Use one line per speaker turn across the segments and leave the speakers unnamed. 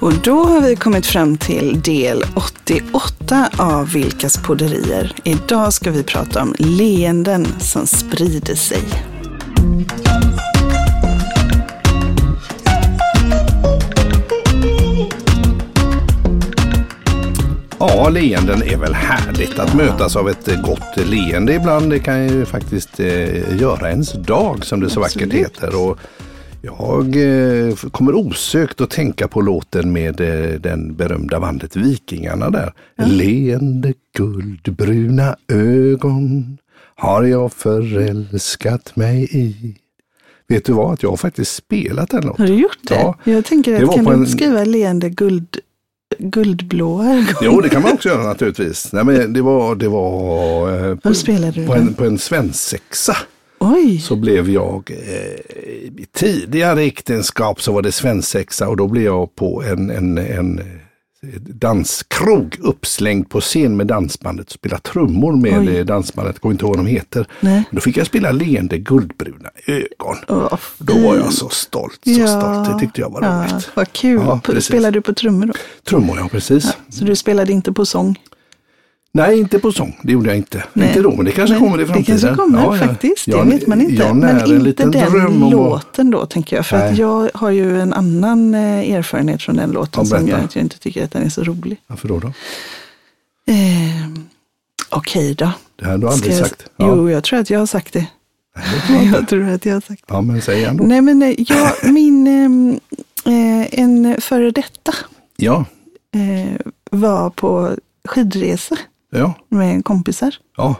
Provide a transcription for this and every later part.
Och då har vi kommit fram till del 88 av Vilkas podderier. Idag ska vi prata om leenden som sprider sig.
Ja, leenden är väl härligt. Att mötas av ett eh, gott leende ibland det kan ju faktiskt eh, göra ens dag som det så vackert
Absolut.
heter. Och jag eh, kommer osökt att tänka på låten med eh, den berömda bandet Vikingarna där. Leende guldbruna ögon har jag förälskat mig i. Vet du vad, att jag har faktiskt spelat den låten.
Har du gjort det?
Ja.
Jag tänker
Det
att
var
kan
på
du
en-
beskriva leende guld, guldblåa ögon?
Jo, det kan man också göra naturligtvis. Nej, men det var, det var eh,
Vad spelade du?
På
då?
en, på en svensexa
Oj,
så blev jag, eh, i tidigare äktenskap så var det svensexa och då blev jag på en, en, en eh, danskrog uppslängd på scen med dansbandet och spela trummor med
Oj.
eh, dansbandet, jag kommer inte ihåg vad de heter.
Nej.
Då fick jag spela leende guldbruna ögon.
Åh, vad fint.
Då var jag så stolt, så stolt. Det tyckte jag var
ja,
roligt.
Vad kul.
Ja,
P-
precis.
spelade du på trummor då?
Trummor, ja precis.
Så du spelade inte på sång?
Nej, inte på sång. Det gjorde jag inte.
Nej.
Inte då, men det kanske
Men
kommer i framtiden.
Det kanske kommer faktiskt, det
Jag-
vet man inte.
jag när
Men
en
inte
liten
den
dröm om att-
låten då, tänker jag. För att
Nej.
jag har ju en annan eh, erfarenhet från den låten
Ja,
som
berätta.
gör att jag inte tycker att den är så rolig.
Varför då? då?
Eh, Okej då.
Det här har du
Ska
aldrig
jag...
sagt. Ja.
Jo, jag tror att jag har sagt det. jag tror att jag har sagt det.
ja, men säg igen då.
Nej, men eh, jag, min, ehm, eh, en före detta
Ja,
eh, var på skidresa
ja,
med kompisar.
ja.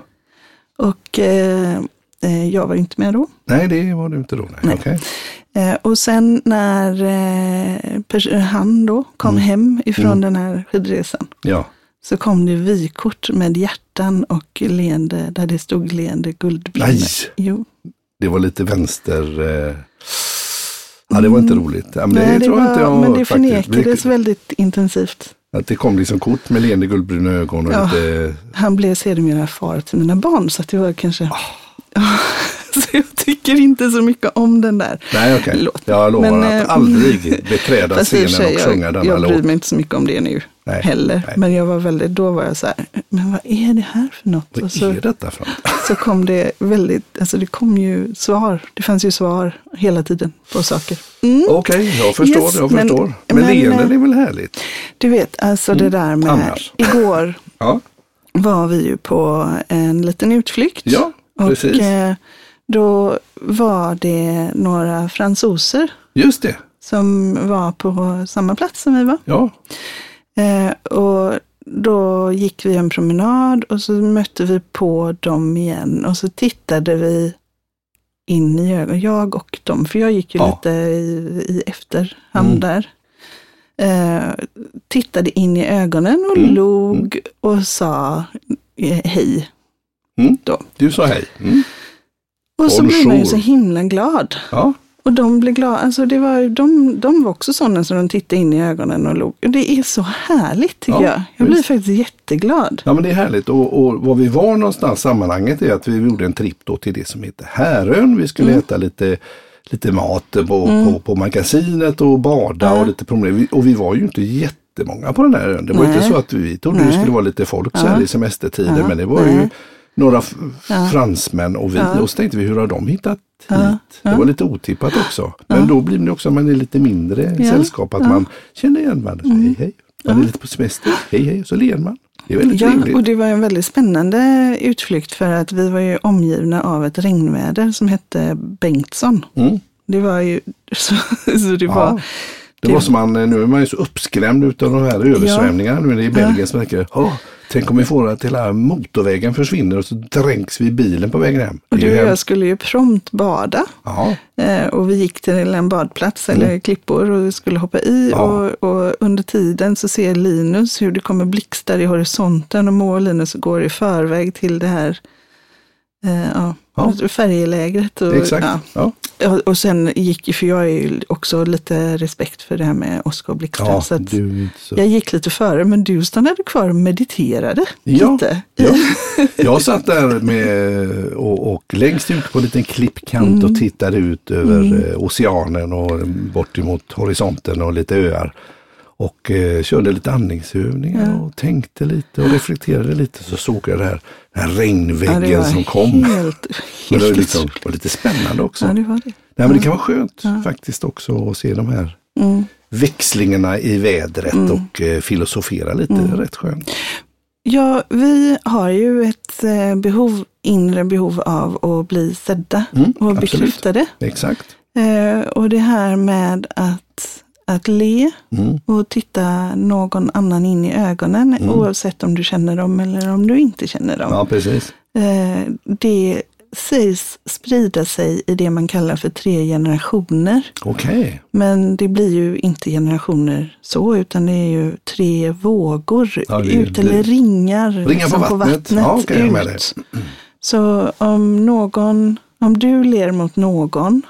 Och eh, eh, jag var ju inte med då.
Nej, det var du inte då. Nej.
Nej.
Okej.
Eh, och sen när eh, pers- han då kom
Mm.
hem ifrån den här skidresan
Ja,
så kom det vykort med hjärtan och leende, där det stod leende guldblommor.
Nej.
Jo.
det var lite vänster... Eh... Ja, det var inte roligt. Ja, men det
Mm. Nej, det
tror jag inte jag
var, men det
faktiskt.
förnekades
Det-
väldigt intensivt.
Att det kom liksom kort med leende guldbruna ögon och
Ja.
lite...
Han blev sedermera far till mina barn, så att det var kanske...
Ah.
så jag tycker inte så mycket om den där.
Nej, okej.
Låt.
Jag lovar
Men,
att
eh,
aldrig beträda
Fast i och för
scenen
sig,
och sjunga
jag,
denna
jag bryr
låt.
mig inte så mycket om det nu
Nej,
heller.
nej.
Men jag var väldigt, då var jag så här, men vad är det här för något?
Vad
och så,
är detta för något?
så kom det väldigt, alltså det kom ju svar. Det fanns ju svar hela tiden på saker. Mm.
Okej, jag förstår.
Yes,
jag
men-
förstår. Men,
men,
leenden
eh,
är väl härligt?
Du vet, alltså det där med,
Mm. Annars.
igår
Ja,
var vi ju på en liten utflykt.
ja precis.
Och eh, då var det några fransoser
Just det.
som var på samma plats som vi var.
Ja,
Eh, och då gick vi en promenad och så mötte vi på dem igen och så tittade vi in i ögonen, jag och dem, för jag gick ju
Ja.
lite i, i efterhand
Mm.
där. Eh, tittade in i ögonen och
Mm,
log och sa eh, hej.
du sa hej. Mm.
Och så blev man ju så
Bonjour.
himla glad.
Ja,
Och de blev glada. Alltså det var, ju- de, de var också sådana som de tittade in i ögonen och log. Och det är så härligt tycker
Ja,
jag. Jag blir
visst.
faktiskt jätteglad.
Ja men det är härligt och, och var vi var någonstans sammanhanget är att vi gjorde en tripp då till det som heter Härön. Vi skulle
Mm.
äta lite, lite mat på, på, på magasinet och bada och lite promenad. Vi- Och vi var ju inte jättemånga på den här ön. Det var
Nej.
inte så att vi trodde det
Nej.
skulle vara lite folk så här i semestertider men det var ju
Nej.
några f- fransmän och vi. Och så tänkte vi hur har de hittat hit? Det var lite otippat också. Men då blir det också att man är lite mindre
Ja. Mm.
sällskap. Att man känner igen varandra. Hej hej. Man är lite på semester. Hej hej. Så ler man. Det är väldigt
Ja,
trevligt.
och det var en väldigt spännande utflykt för att vi var ju omgivna av ett regnväder som hette Bengtsson.
Mm.
Det var ju så, så det
Ja,
var.
det var som man, nu är man ju så uppskrämd utav de här översvämningarna nu i Belgien som tänker, "Åh, tänk om vi får att hela motorvägen försvinner och så dränks vi i bilen på vägen hem.
Och
Det är ju
du och jag
hemskt.
skulle ju prompt bada
Ja,
eh, och vi gick till en badplats eller klippor och skulle hoppa i
Mm. Ja.
och, och under tiden så ser Linus hur det kommer blixtar i horisonten och Moa och Linus går i förväg till det här Eh, ja.
Ja.
Färjelägret. Och,
Exakt.
Ja.
Ja.
Ja, Och sen gick, för jag är ju också lite respekt för det här med Oskar Blickström.
Ja,
så att
du är inte så.
jag gick lite före, men du stannade kvar och mediterade
Ja.
lite.
Ja. Jag satt där med, och, och längst ut på en liten klippkant
Mm.
och tittade ut över eh, oceanen och bort emot horisonten och lite öar. Och eh, körde lite andningsövningar och tänkte lite och reflekterade lite. Så såg jag det här, den här
Ja,
regnväggen
det var
som kom.
Helt,
Men
helt
det var, liksom, var lite spännande också.
Ja, Mm. det var det.
Nej, men det kan vara skönt faktiskt också att se de här växlingarna i vädret
Mm.
och eh, filosofera lite. Det är Rätt skönt.
Ja, vi har ju ett eh, behov, inre behov av att bli sedda
Mm,
och
absolut.
bekräftade.
Exakt.
Eh, och det här med att, att le
Mm.
och titta någon annan in i ögonen, oavsett om du känner dem eller om du inte känner dem.
Ja, precis.
Eh, det sägs sprida sig i det man kallar för tre generationer.
Okej.
Men det blir ju inte generationer så, utan det är ju tre vågor
Ja, det är-
ut, eller
det-
ringar,
Ringar på
liksom,
vattnet. Ja, okej, jag är med dig. Mm.
ut. Så om någon, om du ler mot någon,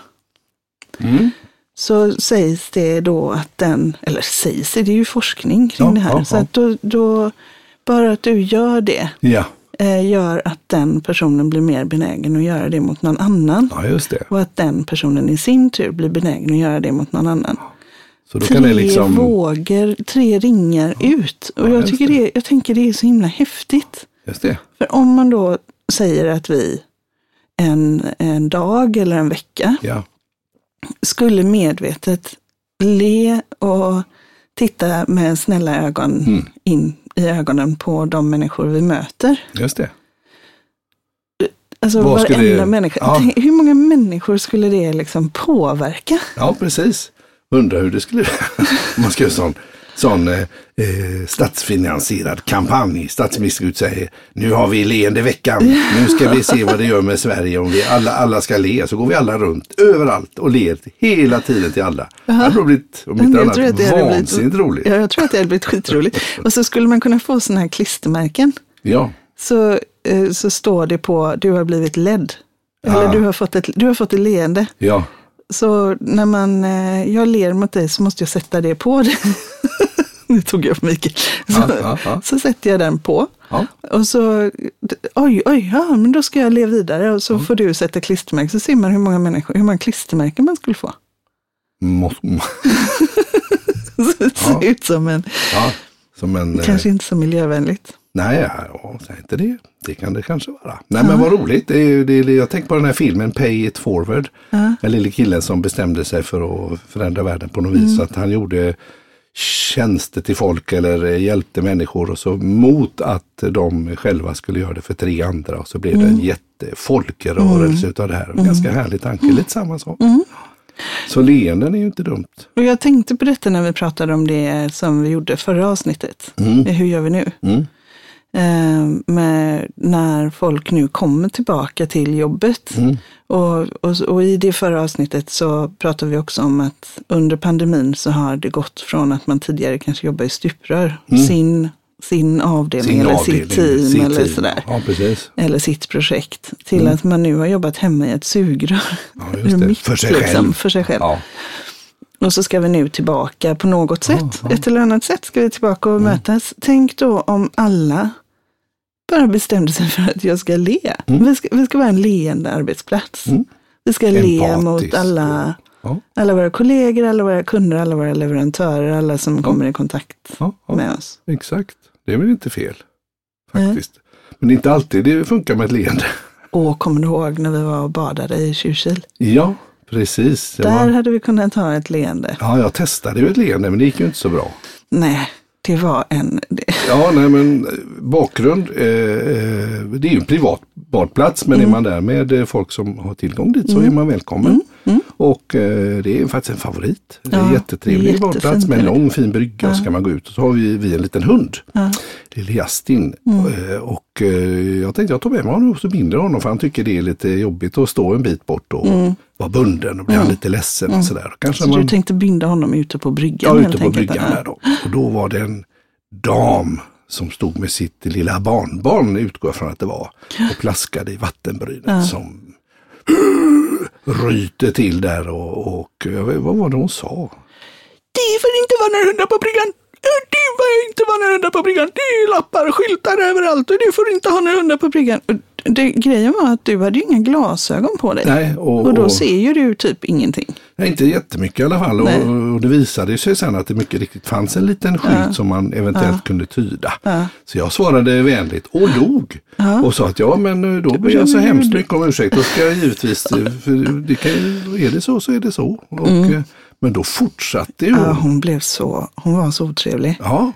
Mm.
så sägs det då att den, eller sägs det, det är ju forskning kring
Ja,
det här.
ja,
så
ja.
att då, då, bara att du gör det,
Ja.
eh, gör att den personen blir mer benägen att göra det mot någon annan.
ja, just det.
Och att den personen i sin tur blir benägen att göra det mot någon annan.
Så då
Tre
kan det liksom...
vågor, tre ringar ut. Och
Ja,
jag,
just
tycker
det.
det, jag tänker det är så himla häftigt.
Just det.
För om man då säger att vi en, en dag eller en vecka
Ja.
skulle medvetet le och titta med snälla ögon
Mm.
in i ögonen på de människor vi möter.
Just det.
Alltså
Vad skulle
varenda
det-
människa.
Ja.
Tänk, hur många människor skulle det liksom påverka?
Ja, precis. Undrar hur det skulle... Om man ska göra sån, sån eh, eh, statsfinansierad kampanj. Statsministern ut säger nu har vi leende veckan. Nu ska vi se vad det gör med Sverige om vi alla, alla ska le. Så går vi alla runt överallt och ler hela tiden till alla. Det hade nog blivit, om inte
Jag
annat,
tror att det hade blivit-
vansinnigt roligt.
Ja, jag tror att det hade blivit skitroligt. Och så skulle man kunna få sådana här klistermärken.
Ja,
Så, eh, så står det på, du har blivit ledd. Eller
Ah.
du har, fått ett, du har fått ett leende.
ja.
Så när man, eh, jag ler mot dig så måste jag sätta det på dig. nu tog jag för mycket. Så,
Ja, ja, ja.
så sätter jag den på.
ja.
Och så, d- oj, oj, ja, men då ska jag le vidare och så får du sätta klistermärken. Så ser man hur många, människor, hur många klistermärken man skulle få.
Må,
Så det ser ut som en,
ja. Som en, eh,
kanske inte så miljövänligt.
Nej, ja, säg inte det. Det kan det kanske vara. Nej, men vad roligt. Det är, ju- det är, jag tänkte på den här filmen Pay It Forward. Den lille killen som bestämde sig för att förändra världen på något vis.
Mm.
Så att han gjorde tjänster till folk eller eh, hjälpte människor och så mot att de själva skulle göra det för tre andra. Och så blev
Mm.
det en jättefolkrörelse utav det här. En ganska härlig tanke, lite samma sak.
Mm.
Så leenden är ju inte dumt.
Och jag tänkte på detta när vi pratade om det som vi gjorde förra avsnittet. Hur gör vi nu?
Mm.
Eh, med när folk nu kommer tillbaka till jobbet.
Mm.
Och, och, och i det förra avsnittet så pratade vi också om att under pandemin så har det gått från att man tidigare kanske jobbade i stuprör, sin, sin avdelning eller sitt team
Mm. sitt
eller
team.
sådär.
Ja, precis.
Eller sitt projekt, till att man nu har jobbat hemma i ett sugrör.
Ja, just det.
Mitt,
För sig
liksom,
själv.
För sig själv.
Ja.
Och så ska vi nu tillbaka på något sätt. Ett eller annat sätt ska vi tillbaka och
Mm.
mötas. Tänk då om alla bara bestämde sig för att jag ska le.
Mm.
Vi, ska, vi ska vara en leende arbetsplats. Vi ska le
Empatisk.
mot alla,
Ja.
alla våra kollegor, alla våra kunder, alla våra leverantörer, alla som kommer i kontakt
Ja, ja.
med oss. Eh?
Exakt, det är väl inte fel faktiskt. Men det är inte alltid det funkar med ett leende.
Och kommer du ihåg när vi var och badade i Tjurkil?
Ja, precis. Det
Där
var,
hade vi kunnat ha ett leende.
ja, jag testade ju ett leende men det gick ju inte så bra.
Nej, det var en... Det,
Ja, nej men eh, bakgrund, eh, eh, det är ju en privat badplats men
Mm.
är man där med eh, folk som har tillgång dit så är man välkommen. Och eh, det är faktiskt en favorit. Det är en
Mm. Ja,
jättetrevlig
jättefint
badplats med en
är det.
lång fin brygga och så kan man gå ut och så har vi, vi en liten hund, lille Justin.
Mm.
Eh, Och eh, jag tänkte jag tar med mig honom och så binder jag honom för han tycker det är lite jobbigt att stå en bit bort och vara bunden och blir han lite ledsen och sådär. Kanske
Mm. så
man-
du tänkte binda honom ute på bryggan?
Ja,
helt
ute på
enkelt.
bryggan
Ja.
där då. Och då var det en dam som stod med sitt lilla barnbarn, utgår jag från att det var, och plaskade i vattenbrynet som ryter till där och, och jag vet- vad var det hon sa?
Det får inte vara några hundar på bryggan! Det får inte vara några hundar på bryggan! Det är lappar och skyltar överallt och du får inte ha några hundar på bryggan. Och Det, grejen var att du hade ju inga glasögon på dig.
Nej, och,
Och då ser ju du typ ingenting.
Nej, inte jättemycket i alla fall.
Nej.
Och, och det visade sig sen att det mycket riktigt fanns en liten skylt som man eventuellt kunde tyda. Så jag svarade vänligt och log. Och sa att ja, men eh, då ber jag så hemskt mycket om ursäkt. Då ska jag givetvis, eh, för det kan, ju- är det så så är det så. Och, eh, Men då fortsatte ju
Mm. Ja,
hon.
hon blev så, hon var så otrevlig.
Ja,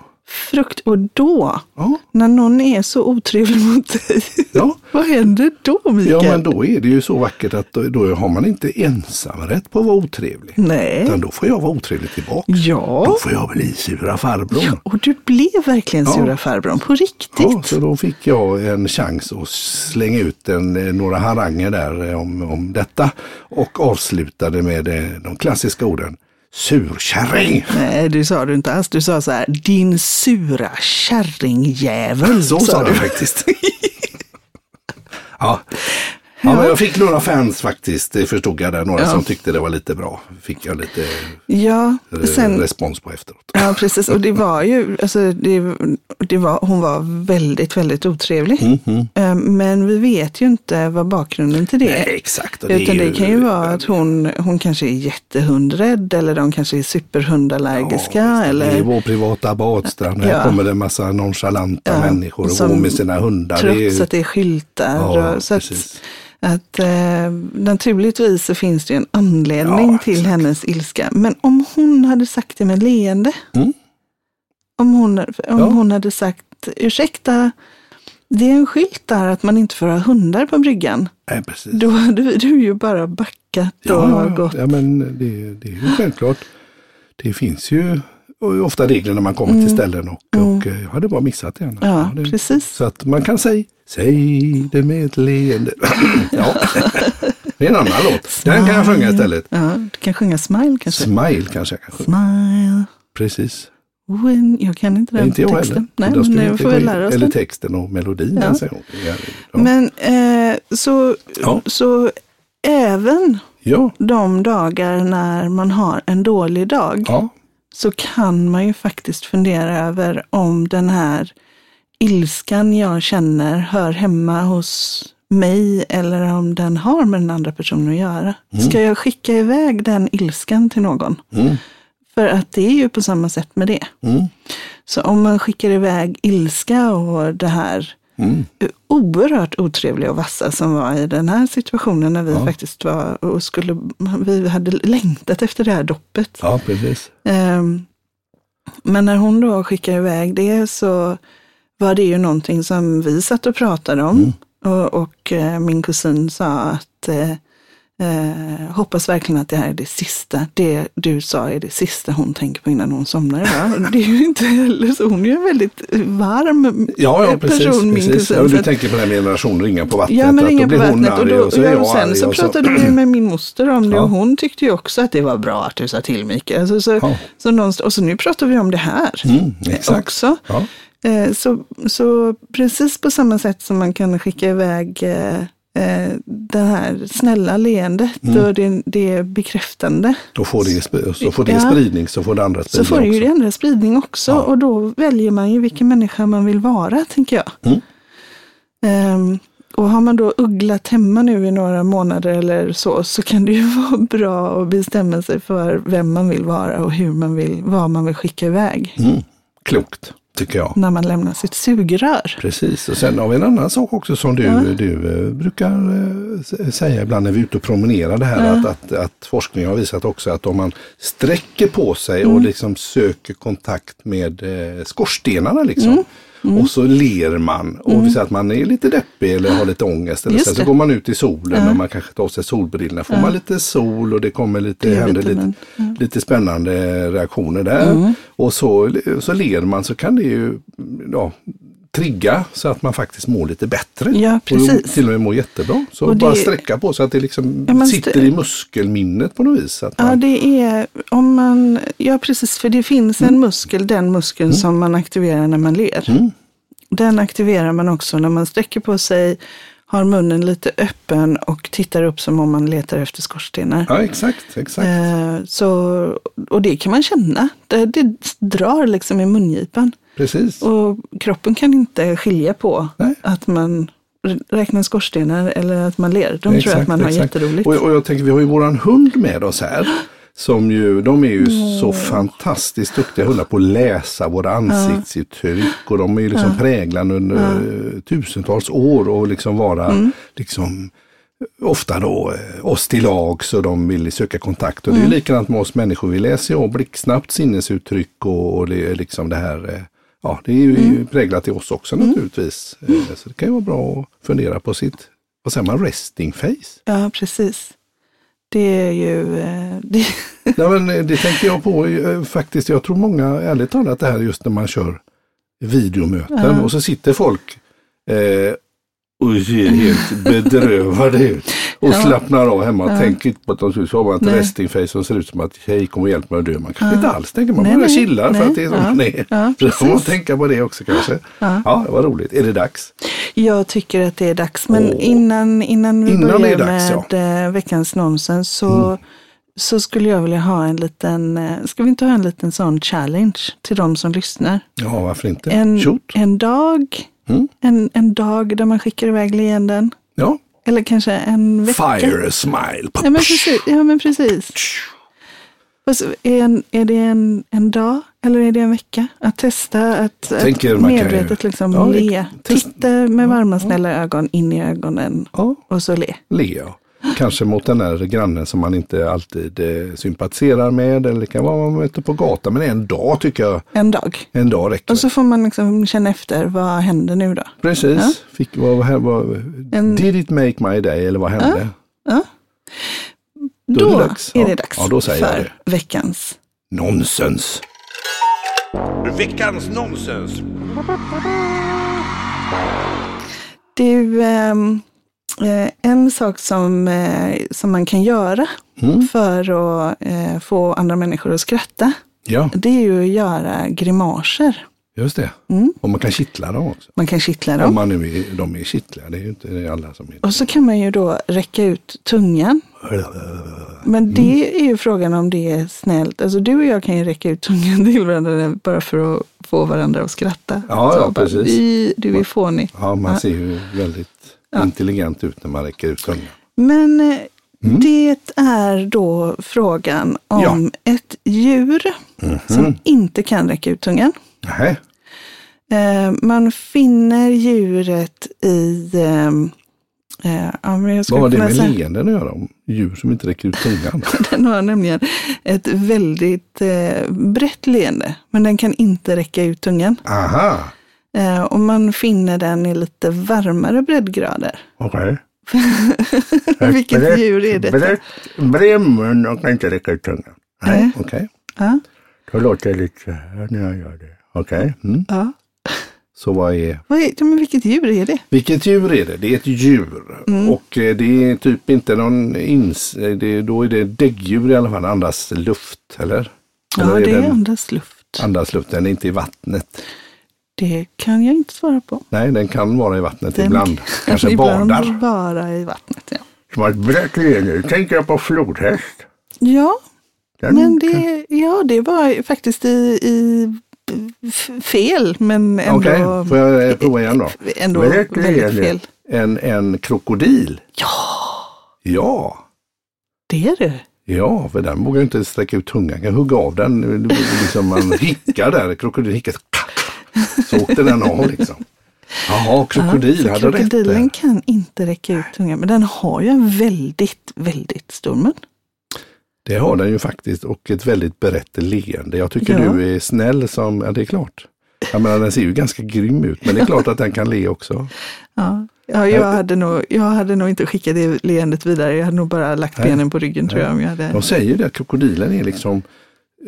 Frukt, och då,
ja,
när någon är så otrevlig mot dig,
ja.
vad händer då
Ja,
Mikael?
men då är det ju så vackert att då, då har man inte ensamrätt på att vara otrevlig.
Nej.
Utan då får jag vara otrevlig tillbaka. Då
Ja,
får jag bli sura farbror.
och du blev verkligen
Ja.
sura farbrorn på
Ja,
riktigt.
så då fick jag en chans att slänga ut en, eh, några haranger där eh, om, om detta och avslutade med eh, de klassiska orden surkärring.
Nej, det sa du inte alls. Du sa så här, din sura kärringjävel.
Så sa du faktiskt. ja. ja, men jag fick några fans faktiskt, det förstod jag där. Några som tyckte det var lite bra. Fick jag lite
Ja,
eh,
sen,
respons på efteråt.
ja, precis. Och det var ju, alltså, det, det var, hon var väldigt, väldigt otrevlig.
Mm,
Eh, Men vi vet ju inte vad bakgrunden till det är.
Nej, exakt. och
Utan
är
det kan ju vara att hon, hon kanske är jättehundrädd eller de kanske är superhundallergiska.
Det är
eller
vår privata badstrand. Här
Ja.
kommer det en massa nonchalanta människor och
som
går med sina hundar. Det
trots
är,
att det är skyltar.
Ja,
och, så att,
precis.
att, eh, naturligtvis så finns det ju en anledning
Ja,
till
exakt.
hennes ilska. Men om hon hade sagt det med leende.
Mm.
Om, hon, om
Ja.
hon hade sagt, ursäkta, det är en skylt där att man inte får ha hundar på bryggan.
nej, precis.
Då hade vi- du ju bara backat och gått.
ja, men det, det är ju självklart. Det finns ju ofta regler när man kommer till ställen och, och jag hade bara missat det. annars.
Mm. Ja,
det,
precis.
Så att man kan säga, säg det med ett leende. ja, det är en annan låt. Den kan jag sjunga istället.
Ja, du kan sjunga Smile kanske.
Smile kanske jag kan sjunga.
Smile
Precis.
when... Jag kan inte den
inte jag
texten.
heller.
Nej,
Då
men
skulle
det
inte
får
gå
vi
in.
lära oss
Eller
den.
texten och melodin
Ja.
ens en gång. Ja, ja.
Men eh, så,
Ja.
så även
ja.
de dagar när man har en dålig dag
ja.
så kan man ju faktiskt fundera över om den här ilskan jag känner hör hemma hos mig eller om den har med den andra personen att göra. Ska jag skicka iväg den ilskan till någon?
Mm.
För att det är ju på samma sätt med det.
Mm.
Så om man skickar iväg ilska och det här
Mm.
oerhört otrevliga och vassa som var i den här situationen när vi faktiskt var och skulle, vi hade längtat efter det här doppet.
ja, precis.
Ehm, Men när hon då skickade iväg det så var det ju någonting som vi satt och pratade om. Och, och eh, min kusin sa att eh, eh, hoppas verkligen att det här är det sista. Det du sa är det sista hon tänker på innan hon somnar idag. Och det är ju inte heller så. Hon är ju en väldigt varm
Ja, ja
eh,
precis.
person, min
precis.
kusin.
Ja,
så
du
att-
tänker på den här med generation ringa på vattnet.
Ja, men
att
ringa på
då blir hon
vattnet. Och,
arg
då,
och så är
ja,
jag
och sen
arg
så
och
pratade vi med min moster om det
Ja.
och hon tyckte ju också att det var bra att du sa till Mikael. Så, så,
Ja.
så någonstans, och så nu pratar vi om det här
Mm, exakt.
också.
Ja.
Eh, Så, så precis på samma sätt som man kan skicka iväg eh, eh, det här snälla leendet
Mm.
och det, det bekräftande.
Då får det, sp- så får det
Ja.
spridning så får det andra
Så
spridning
får det ju
också.
ändra spridning också och då väljer man ju vilken människa man vill vara, tänker jag.
Mm.
Ehm, och har man då ugglat hemma nu i några månader eller så, så kan det ju vara bra att bestämma sig för vem man vill vara och hur man vill, vad man vill skicka iväg
Mm. Klokt, tycker jag.
när man lämnar sitt sugrör.
Precis, och sen har vi en annan sak också som du, du eh, brukar eh, s- säga ibland när vi är ute och promenerar det här att, att, att forskning har visat också att om man sträcker på sig
Mm.
och liksom söker kontakt med eh, skorstenarna liksom
Mm.
och så ler man och vi säger att man är lite deppig eller har lite ångest eller
Just
så, så
det.
går man ut i solen och man kanske tar av sig solbrillorna får man lite sol och det kommer lite,
Det är
händer
lite,
lite, lite spännande reaktioner där
Mm.
och så, så ler man så kan det ju ja, trigga så att man faktiskt mår lite bättre.
Ja,
Och
precis.
till och med mår jättebra. Så
Och det-
bara sträcka på så att det liksom
Ja, men st-
sitter i muskelminnet på något vis. så Att
Ja,
man,
det är om
Mm.
man, ja precis, för det finns en muskel, den muskeln som man aktiverar när man ler. Den aktiverar man också när man sträcker på sig, har munnen lite öppen och tittar upp som om man letar efter skorstenar.
Ja, exakt. exakt.
Eh, så, och det kan man känna. Det, det drar liksom i mungipan.
Precis.
Och kroppen kan inte skilja på
Nej.
att man r- räknar skorstenar eller att man ler. De
Exakt,
tror att man har
exakt.
jätteroligt.
Och, och jag tänker, vi har ju våran hund med oss här. Som ju, de är ju så fantastiskt duktiga hundar på att läsa våra ansiktsuttryck. Och de är ju liksom präglande under eh, tusentals år och liksom vara
Mm.
liksom ofta då eh, oss till lags och de vill söka kontakt. Och det är
Mm.
ju likadant med oss människor, vi läser ju av blixtsnabbt sinnesuttryck och, och det är liksom det här, eh, ja det är ju
Mm.
präglat i oss också naturligtvis. Eh, Så det kan ju vara bra att fundera på sitt, vad säger man, resting face?
Ja, precis. Det är ju... eh, Det,
Nej, men eh, det tänker jag på eh, faktiskt. Jag tror många, ärligt talat, det här just när man kör videomöten och så sitter folk eh, och ser helt bedrövade ut och
Ja.
slappnar av hemma och tänker inte på att de ser ut som att
Nej.
resting face som ser ut som att hej kom och hjälp mig att dö. Man kanske inte alls tänker, man
Nej,
bara
nej,
chillar för
nej.
att det är som
Ja.
man är.
Ja,
så då får man
precis.
tänka på det också kanske. Ja,
Ja.
det var roligt. Är det dags?
jag tycker att det är dags, men
Åh.
innan, innan vi
Innan det är
börjar
dags, Mm.
med eh, veckans nonsens så, så skulle jag vilja ha en liten, eh, ska vi inte ha en liten sån challenge till de som lyssnar?
Ja, varför inte?
En,
Shoot.
en dag,
Mm.
en, en dag där man skickar iväg leenden.
Ja.
Eller kanske en vecka.
Fire a smile.
Ja men precis. Ja, men precis. Och så är, en, är det en, en dag eller är det en vecka? Att testa att, att
tänker man kan ju-
medvetet liksom
Ja, det-
le.
test-
Titta med varma snälla ögon in i ögonen
Ja.
och så le.
Leo. Kanske mot den där grannen som man inte alltid eh, sympatiserar med eller det kan vara man möter på gatan. Men en dag tycker jag,
En dag.
en dag räcker.
Och så får man liksom känna efter, vad händer nu då?
Precis. Fick, vad, vad, vad,
En-
Did it make my day eller vad hände?
Då,
är det dags. Ja.
är det dags
Ja, då säger jag
för veckans.
Nonsens.
Veckans nonsens.
Du, ehm, eh, en sak som, eh, som man kan göra
Mm.
för att eh, få andra människor att skratta,
Ja,
det är ju att göra grimaser.
just det.
Mm.
Och man kan kittla dem också.
Man kan kittla
Om
dem.
man nu är, de är kittliga, det är ju inte alla som är
Och så kan man ju då räcka ut tungan. Men det
Mm.
är ju frågan om det är snällt. Alltså du och jag kan ju räcka ut tungan till varandra bara för att få varandra att skratta.
Ja,
Så
ja,
bara,
precis.
"Vi- Du är fånig.
Ja, man ser ju väldigt intelligent ut när man räcker ut tungan.
Men eh,
Mm.
det är då frågan om ett djur
Mhm.
som inte kan räcka ut tungan.
Nej,
Eh, man finner djuret i... Eh, eh, ja, men jag skulle
vad har det
kunna
med
säga-
leenden att göra? Om djur som inte räcker ut tungan?
Den har nämligen ett väldigt eh, brett leende, men den kan inte räcka ut tungan.
Aha,
Eh, och man finner den i lite varmare breddgrader.
okej.
Vilket
Brett,
djur är detta?
Brett, bred mun och kan inte räcka ut tungan. Nej, okej.
Ja,
Då låter jag lite så här när jag gör det. Okej. Mm.
ja.
Så vad är...
Vad är, ja, men vilket djur är det?
Vilket djur är det? Det är ett djur. Och eh, det är typ inte någon ins... eh, Det, då är det däggdjur i alla fall. Andas luft, eller?
Ja,
eller
det är
den,
andas luft.
andas luft, den är inte i vattnet.
Det kan jag inte svara på.
Nej, den kan vara i vattnet
Den
ibland.
kan
Kanske
ibland
badar.
bara i vattnet. Ja,
Som har ett brett leende. tänker jag på flodhäst.
ja
Den
men det, ja, det var faktiskt i, i f- fel, men ändå,
Okej, får jag eh, prova igen då?
ändå
Vad heter det
väldigt
egentligen?
fel.
En, en krokodil? Ja! Ja,
Det är det.
ja, för den vågar ju inte sträcka ut tungan. Jag kan hugga av den. Liksom man hickar där, krokodilen hickar. Så åkte den av liksom. Jaha, krokodil
Ja, så
hade rätt. eh.
Krokodilen
där.
kan inte räcka ut tungan, men den har ju en väldigt, väldigt stor mun.
Det har den ju faktiskt och ett väldigt berett leende. Jag tycker
Ja.
du är snäll som, ja det är klart. Jag menar den ser ju ganska grym ut men det är klart att den kan le också.
Ja. Ja, jag, hade nog, jag hade nog inte skickat det leendet vidare. Jag hade nog bara lagt benen på ryggen tror jag. Om jag hade...
De säger ju det att krokodilen är liksom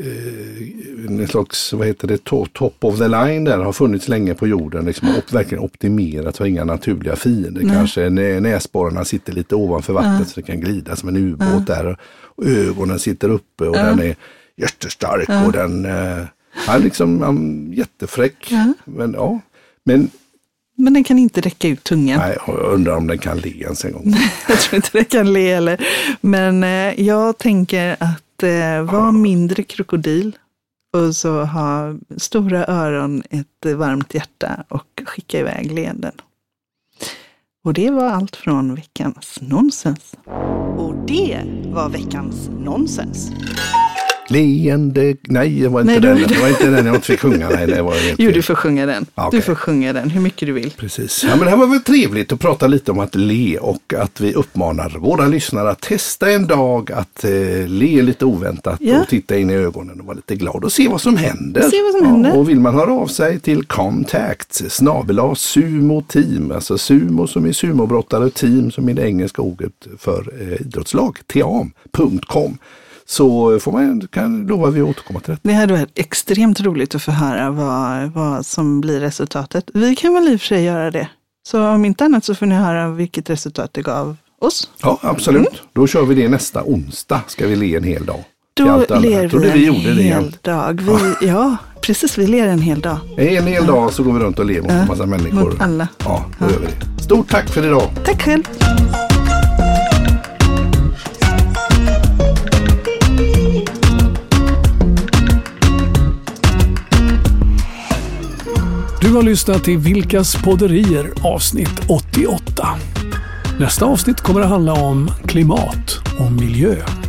eh, en slags, vad heter det, to- top of the line där, har funnits länge på jorden, liksom, och verkligen optimerat, har inga naturliga fiender kanske. Nä- Näsborrarna sitter lite ovanför vattnet så det kan glida som en ubåt där. Och ögonen sitter uppe och den är jättestark och den eh, han är liksom han är jättefräck. Men, ja. men
Men den kan inte räcka ut tungan.
Nej, jag undrar om den kan le ens en gång.
Jag tror inte den kan le eller. Men eh, jag tänker att eh, vara mindre krokodil och så ha stora öron, ett eh, varmt hjärta och skicka iväg leenden. Och det var allt från veckans nonsens. Och det var veckans nonsens.
Leende... Nej, det var inte
Nej, det
den.
var inte-
Det var inte den jag inte fick sjunga. Nej, det var helt
Jo,
fel.
du får sjunga den.
Ja,
Du
okej.
får sjunga den hur mycket du vill.
Precis. Ja, men det här var väl trevligt att prata lite om att le och att vi uppmanar våra lyssnare att testa en dag att eh, le lite oväntat
Ja.
och titta in i ögonen och vara lite glad och se vad som händer.
Se vad som händer.
och vill man höra av sig till contact snabela sumo team, alltså sumo som är sumobrottare och team som är det engelska ordet för eh, idrottslag, team.com. Så får man, kan, lovar vi att återkomma till detta.
Det hade varit extremt roligt att få höra vad, vad som blir resultatet. Vi kan väl i och för sig göra det. Så om inte annat så får ni höra vilket resultat det gav oss.
Ja, absolut.
Mm.
Då kör vi det nästa onsdag. Ska vi le en hel dag. Till
Då
allt annat.
ler
Trodde
vi en
vi gjorde det
hel
igen.
dag. Vi, ja, precis. Vi ler en hel dag.
En hel dag så går vi runt och ler mot en massa människor.
mot alla.
Ja, då gör vi det. Stort tack för idag.
Tack själv.
Du har lyssnat till Vilkas podderier avsnitt 88. Nästa avsnitt kommer att handla om klimat och miljö.